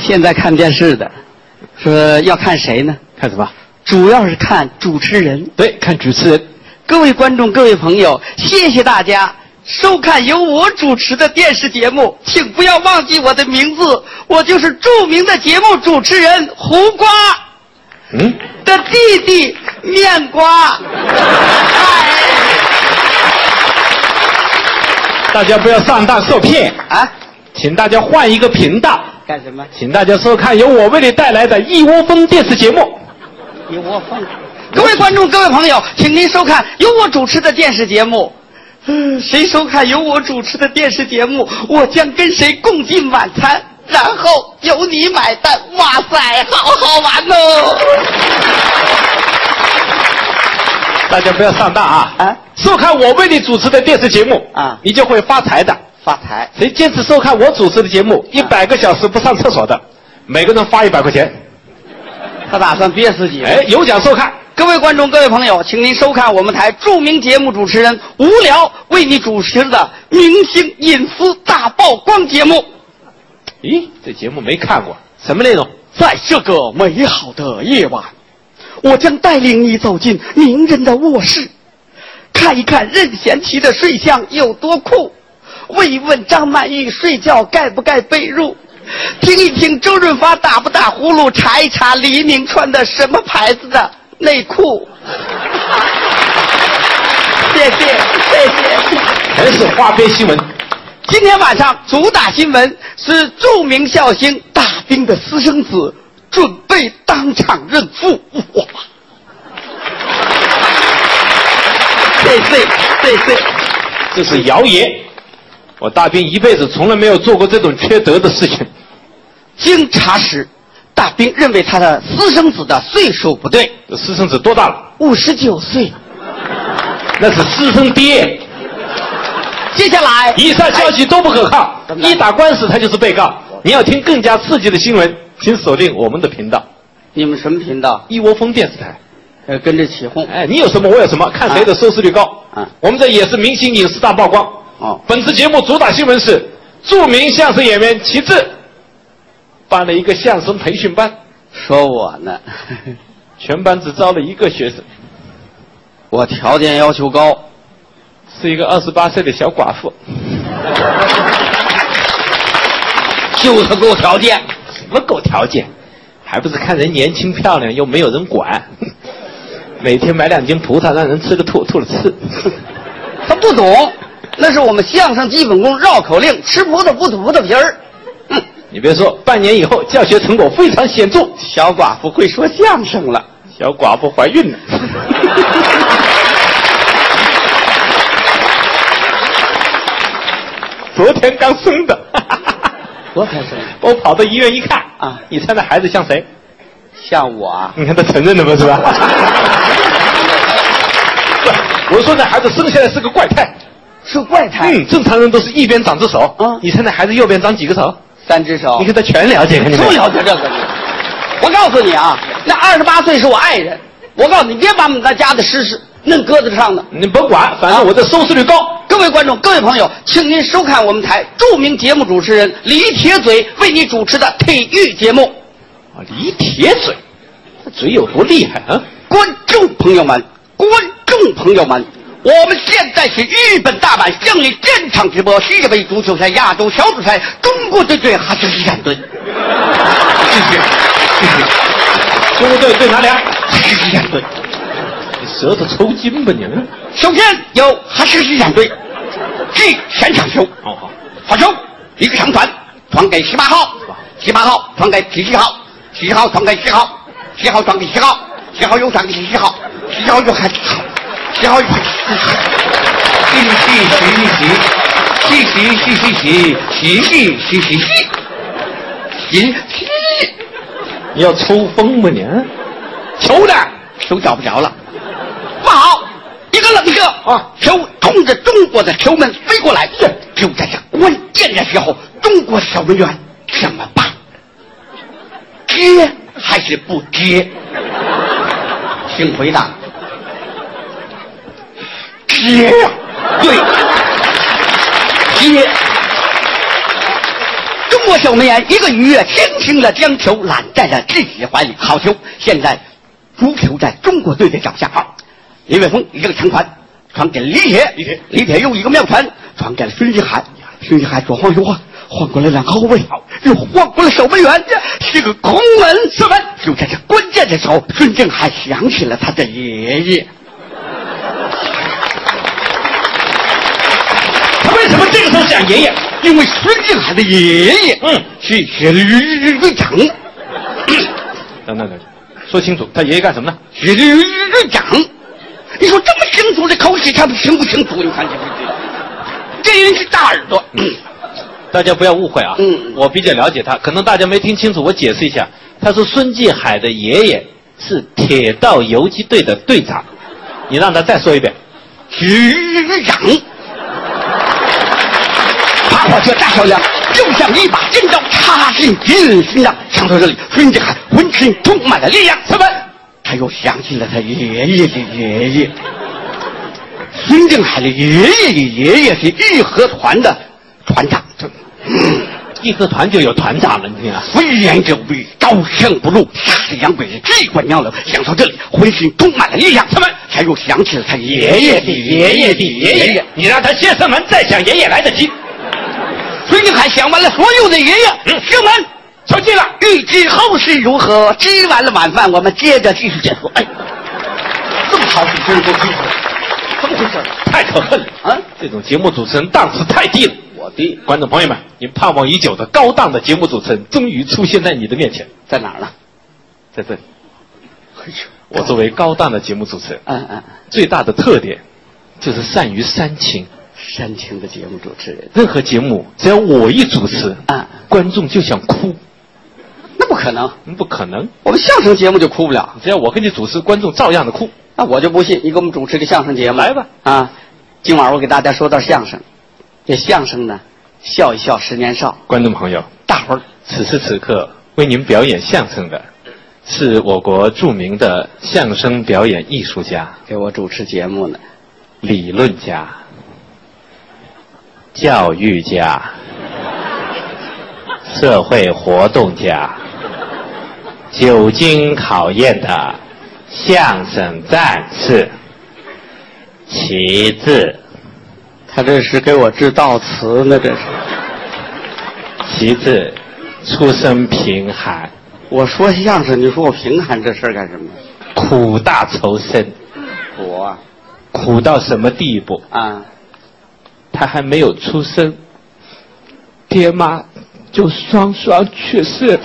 现在看电视的，说要看谁呢？看什么？主要是看主持人。对，看主持人。各位观众，各位朋友，谢谢大家收看由我主持的电视节目，请不要忘记我的名字，我就是著名的节目主持人胡瓜嗯，的弟弟面瓜。大家不要上当受骗，啊，请大家换一个频道，干什么？请大家收看由我为你带来的《一窝蜂》电视节目。一窝蜂。各位观众，各位朋友，请您收看由我主持的电视节目。嗯谁收看由我主持的电视节目，我将跟谁共进晚餐，然后由你买单。哇塞，好好玩哦！大家不要上当啊！啊收看我为你主持的电视节目啊你就会发财的。发财，谁坚持收看我主持的节啊目一百个小时不上厕所的，每个人发一百块钱。他打算憋死你。哎，有奖收看。各位观众，各位朋友，请您收看我们台著名节目主持人吴聊为你主持的《明星隐私大曝光》节目。咦，这节目没看过，什么内容？在这个美好的夜晚，我将带领你走进名人的卧室，看一看任贤齐的睡相有多酷，问一问张曼玉睡觉盖不盖被褥，听一听周润发打不打呼噜，查一查黎明穿的什么牌子的内裤。 谢谢，谢谢。全是花边新闻。今天晚上主打新闻是著名笑星大兵的私生子准备当场认父，哇！对对对对，这是谣言。我大兵一辈子从来没有做过这种缺德的事情。经查实，大兵认为他的私生子的岁数不对，这私生子多大了？五十九岁。那是私生爹。接下来，以上消息都不可靠，怎么了一打官司他就是被告。你要听更加刺激的新闻，请锁定我们的频道你们什么频道？——一窝蜂电视台。呃，跟着起哄。哎，你有什么，我有什么，看谁的收视率高。啊啊我们这也是明星影视大曝光。哦本次节目主打新闻是：著名相声演员齐志办了一个相声培训班，说我呢， 全班只招了一个学生，我条件要求高，是一个二十八岁的小寡 妇。就他够条件。什么狗条件？还不是看人年轻漂亮，又没有人管。 每天买两斤葡萄，让人吃了吐，吐了吃。他不懂，那是我们相声基本功绕口令，吃葡萄不吐葡萄皮儿。哼，你别说，半年以后教学成果非常显著，小寡妇会说相声了。小寡妇怀孕了。 昨天刚生的，多开心！我跑到医院一看啊你猜那孩子像谁？像我啊，你看他承认了吗？是吧？ 不，我说那孩子生下来是个怪胎。是怪胎，嗯，正常人都是一边长只手，嗯你猜那孩子右边长几个手？三只手你。看他哦全了解，看见没不了解这个你，我告诉你啊，那二十八岁是我爱人。我告诉你，别把我们大家的诗诗弄鸽子上了。你甭管，反正我这收视率高。各位观众，各位朋友，请您收看我们台著名节目主持人李铁嘴为你主持的体育节目。啊，李铁嘴，这嘴有多厉害啊？观众朋友们，观众朋友们，我们现在是日本大阪胜利这场直播世界杯足球赛亚洲小组赛，中国队对哈萨克斯坦队，中国队对哪俩？哎哈萨克斯坦队。你舌头抽筋吧你？首先由哈萨克斯坦队击全场球，哦好好，好球，一个长传传给十八号，十八号传给十七号，十七号传给十号，十号传给十号，十号又传给十七号，十号又传给十号又传给十号。嘻嘻嘻嘻嘻嘻嘻嘻嘻嘻嘻嘻嘻嘻嘻，银你要抽风吧你？啊球呢，球找不着了，不好，一个冷射啊球冲着中国的球门飞过来，就在这关键的时候，中国守门员怎么办？接还是不接？请回答。接呀，对，接。中国过守门员一个鱼跃，轻轻的将球揽在了自己怀里，好球！现在足球在中国队的脚下。好，李伟峰一个长传，传给李铁，李铁，李铁又一个妙传，传给了孙一海。孙一海左晃右晃，晃过来两个后卫，好，又晃过了守门员，这是个空门，射门！就在这关键的时候，孙正海想起了他的爷爷。他为什么这个时候讲爷爷？因为孙正海的爷爷，嗯是铁驴队长， 等等等，说清楚，他爷爷干什么呢？铁驴队长。你说这么清楚的口齿，他们清不清楚？你看这这，这人是大耳朵。 嗯大家不要误会啊，嗯我比较了解他，可能大家没听清楚，我解释一下，他是孙继海的爷爷，是铁道游击队的队长。你让他再说一遍，局长，大火车大桥梁就像一把真刀插进敌人的心脏。想到这里，孙志海浑身充满了力量。什么？他又想起了他爷爷的爷爷。孙正海的爷爷的爷爷是义和团的团长，嗯义和团就有团长了，你听啊。飞檐走壁，刀枪不入，杀死洋鬼子机关尿流。想到这里，浑身充满了力量。什么？他又想起了他爷爷的爷爷的爷爷。你让他先上门，再讲爷爷来得及。孙定海想完了所有的爷爷，嗯射门球进了。欲知后事如何，吃完了晚饭，我们接着继续解说。哎，这么好几分钟，怎么回事？太可恨了啊！这种节目主持人档次太低了。我的观众朋友们，您盼望已久的高档的节目主持人终于出现在你的面前，在哪儿呢？在这里，我作为高档的节目主持人，嗯嗯，最大的特点就是善于煽情。煽情的节目主持人，任何节目只要我一主持，啊观众就想哭，那不可能，不可能。我们相声节目就哭不了。只要我跟你主持，观众照样的哭。那我就不信，你给我们主持个相声节目来吧。啊，今晚我给大家说段相声，这相声呢，笑一笑十年少，观众朋友，大伙儿此时此刻为您表演相声的，是我国著名的相声表演艺术家、给我主持节目呢。理论家、教育家、社会活动家，久经考验的相声战士旗帜。他这是给我制造词呢，这是。其次，出身贫寒，我说相声，你说我贫寒这事儿干什么？苦大仇深，我啊苦到什么地步？啊，他还没有出生，爹妈就双双去世。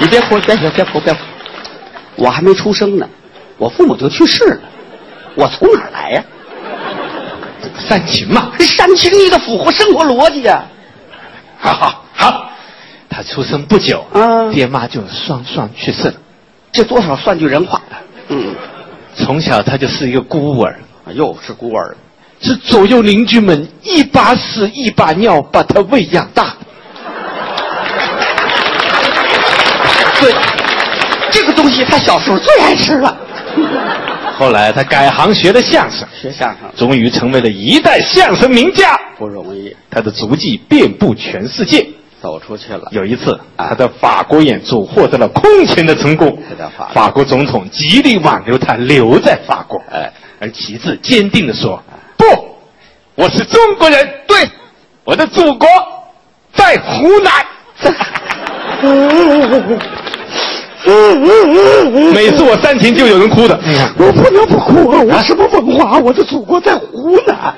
你别哭，别哭，别哭，别哭。我还没出生呢，我父母就去世了，我从哪儿来呀、煽情嘛，煽情一个符合生活逻辑呀、好好好。啊他出生不久，嗯爹妈就双双去世了。这多少算句人话。嗯，从小他就是一个孤儿，又是孤儿，是左右邻居们一把屎一把尿把他喂养大的。对，这个东西他小时候最爱吃了。后来他改行学了相声，学相声终于成为了一代相声名家。不容易，他的足迹遍布全世界。走出去了。有一次，啊他在法国演出获得了空前的成功是的法国，法国总统极力挽留他留在法国，哎，而旗帜坚定地说：“不，我是中国人，对，我的祖国在湖南。”每次我煽情就有人哭的，我不能不哭啊！我什么文化？我的祖国在湖南。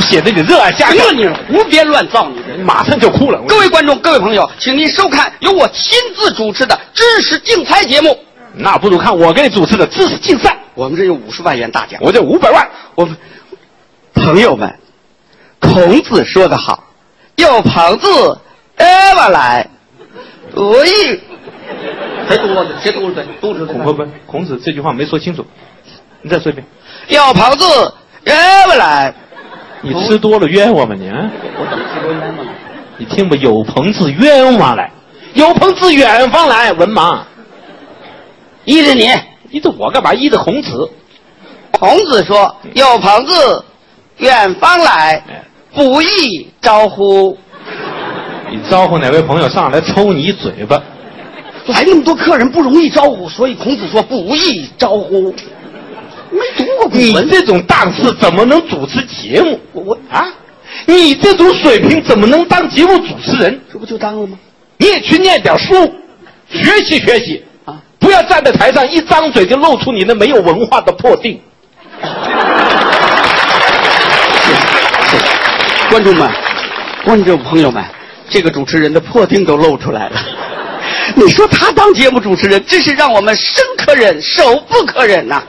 显得你热爱家哎乡呦，，你胡编乱造！你这马上就哭了。各位观众、各位朋友，请您收看由我亲自主持的知识竞猜节目。那不如看我给你主持的知识竞赛，我们这有五十万元大奖。我这五百万。我们朋友们，孔子说得好：“有朋自埃瓦来，无意。”谁读的？谁读的？读的孔不不，孔子这句话没说清楚，你再说一遍。有朋自埃瓦来。你吃多了冤枉吧你啊！我怎么知道冤枉呢？你听不？有朋自远方来，有朋自远方来，文盲。依着你，依着我干嘛？依着孔子。孔子说：“有朋自远方来。哎，不亦招乎？你招呼哪位朋友上来抽你一嘴巴？来那么多客人不容易招呼，所以孔子说不亦招乎？没读过古你文，这种档次怎么能主持节目我我啊？你这种水平怎么能当节目主持人？这不就当了吗？你也去念点书，学习学习啊，不要站在台上一张嘴就露出你那没有文化的破腚。观众们，观众朋友们，这个主持人的破腚都露出来了。 你说他当节目主持人，真是让我们深可忍，手不可忍呐、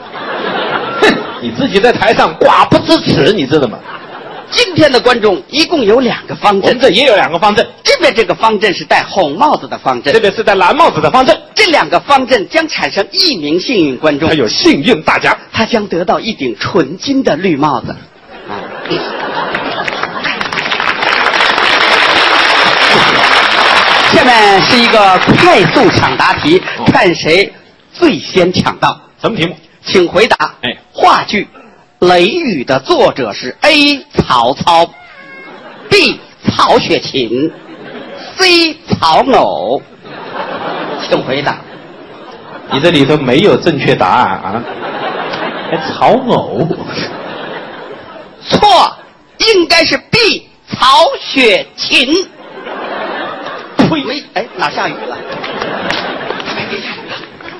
哼，你自己在台上寡不知耻，你知道吗？今天的观众一共有两个方我们阵，这也有两个方阵，这边这个方阵是戴红帽子的方阵这，边是戴蓝帽子的方阵，这两个方阵将产生一名幸运观众还，有幸运大奖。他将得到一顶纯金的绿帽子。啊，下面是一个快速抢答题，看谁最先抢到，什么题目？请回答。哎话剧《雷雨》的作者是 A. 曹操，B. 曹雪芹，C. 曹某，请回答。你这里头没有正确答案啊？还曹某？错，应该是 B 曹雪芹。呸！没，哎，哪下雨了？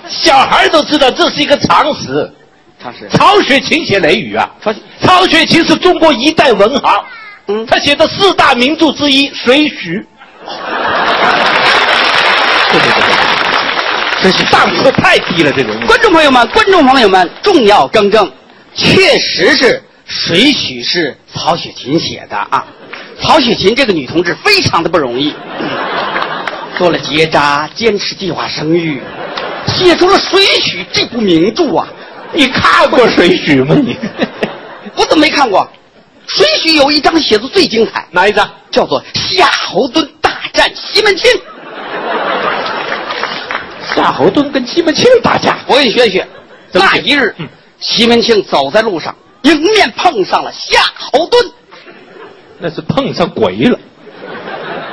小孩都知道这是一个常识。常识，曹雪芹写《雷雨》啊，曹雪曹雪芹是中国一代文豪，嗯他写的四大名著之一《水浒》。对对对对，真是档次太低了，这个人物。观众朋友们，观众朋友们，重要更正，确实是《水浒》是曹雪芹写的啊。曹雪芹这个女同志非常的不容易，嗯做了结扎，坚持计划生育，写出了《水浒》这部名著啊。你看过《水浒》吗？你我怎么没看过？《水浒》有一章写的最精彩， 哪一张？叫做夏侯惇大战西门庆。夏侯惇跟西门庆打架，我给你学一学。怎么那学一日嗯，西门庆走在路上，迎面碰上了夏侯惇。那是碰上鬼了。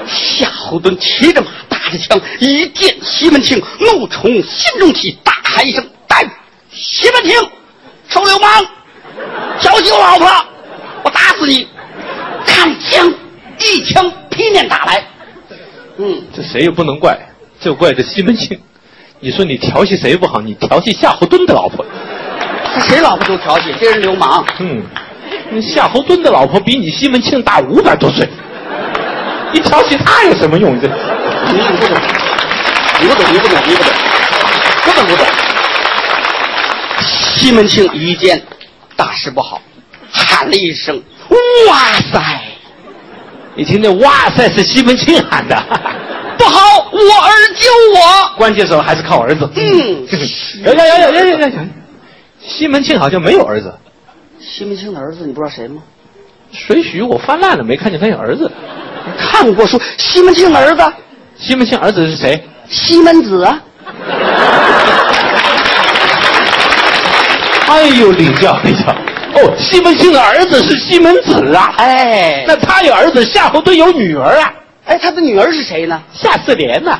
夏侯惇骑着马，打着枪，一见西门庆，怒从心中起，大喊一声：“呆！西门庆，臭流氓，调戏我老婆，我打死你！”看枪，一枪劈面打来。嗯，这谁也不能怪，就怪这西门庆。你说你调戏谁不好？你调戏夏侯惇的老婆。他谁老婆都调戏，这人流氓。嗯，那夏侯惇的老婆比你西门庆大五百多岁，你调戏她有什么用？这你不懂，你不懂，你不懂，你不懂，不懂不懂。西门庆一见大事不好，喊了一声：“哇塞，你听见？哇塞，是西门庆喊的，不好！我啊儿救我关键时候还是靠儿子。嗯 有有有有有有有，西门庆好像没有儿子，！”西门庆的儿子，你不知道谁吗？ 《水浒》我翻烂了，没看见他有儿子。看过书，西门庆儿子西门庆儿子是谁？西门子啊，哎呦，领教领教。哦，西门庆的儿子是西门子啊。哎，那他有儿子，夏侯惇有女儿啊，哎，他的女儿是谁呢？夏四莲呐、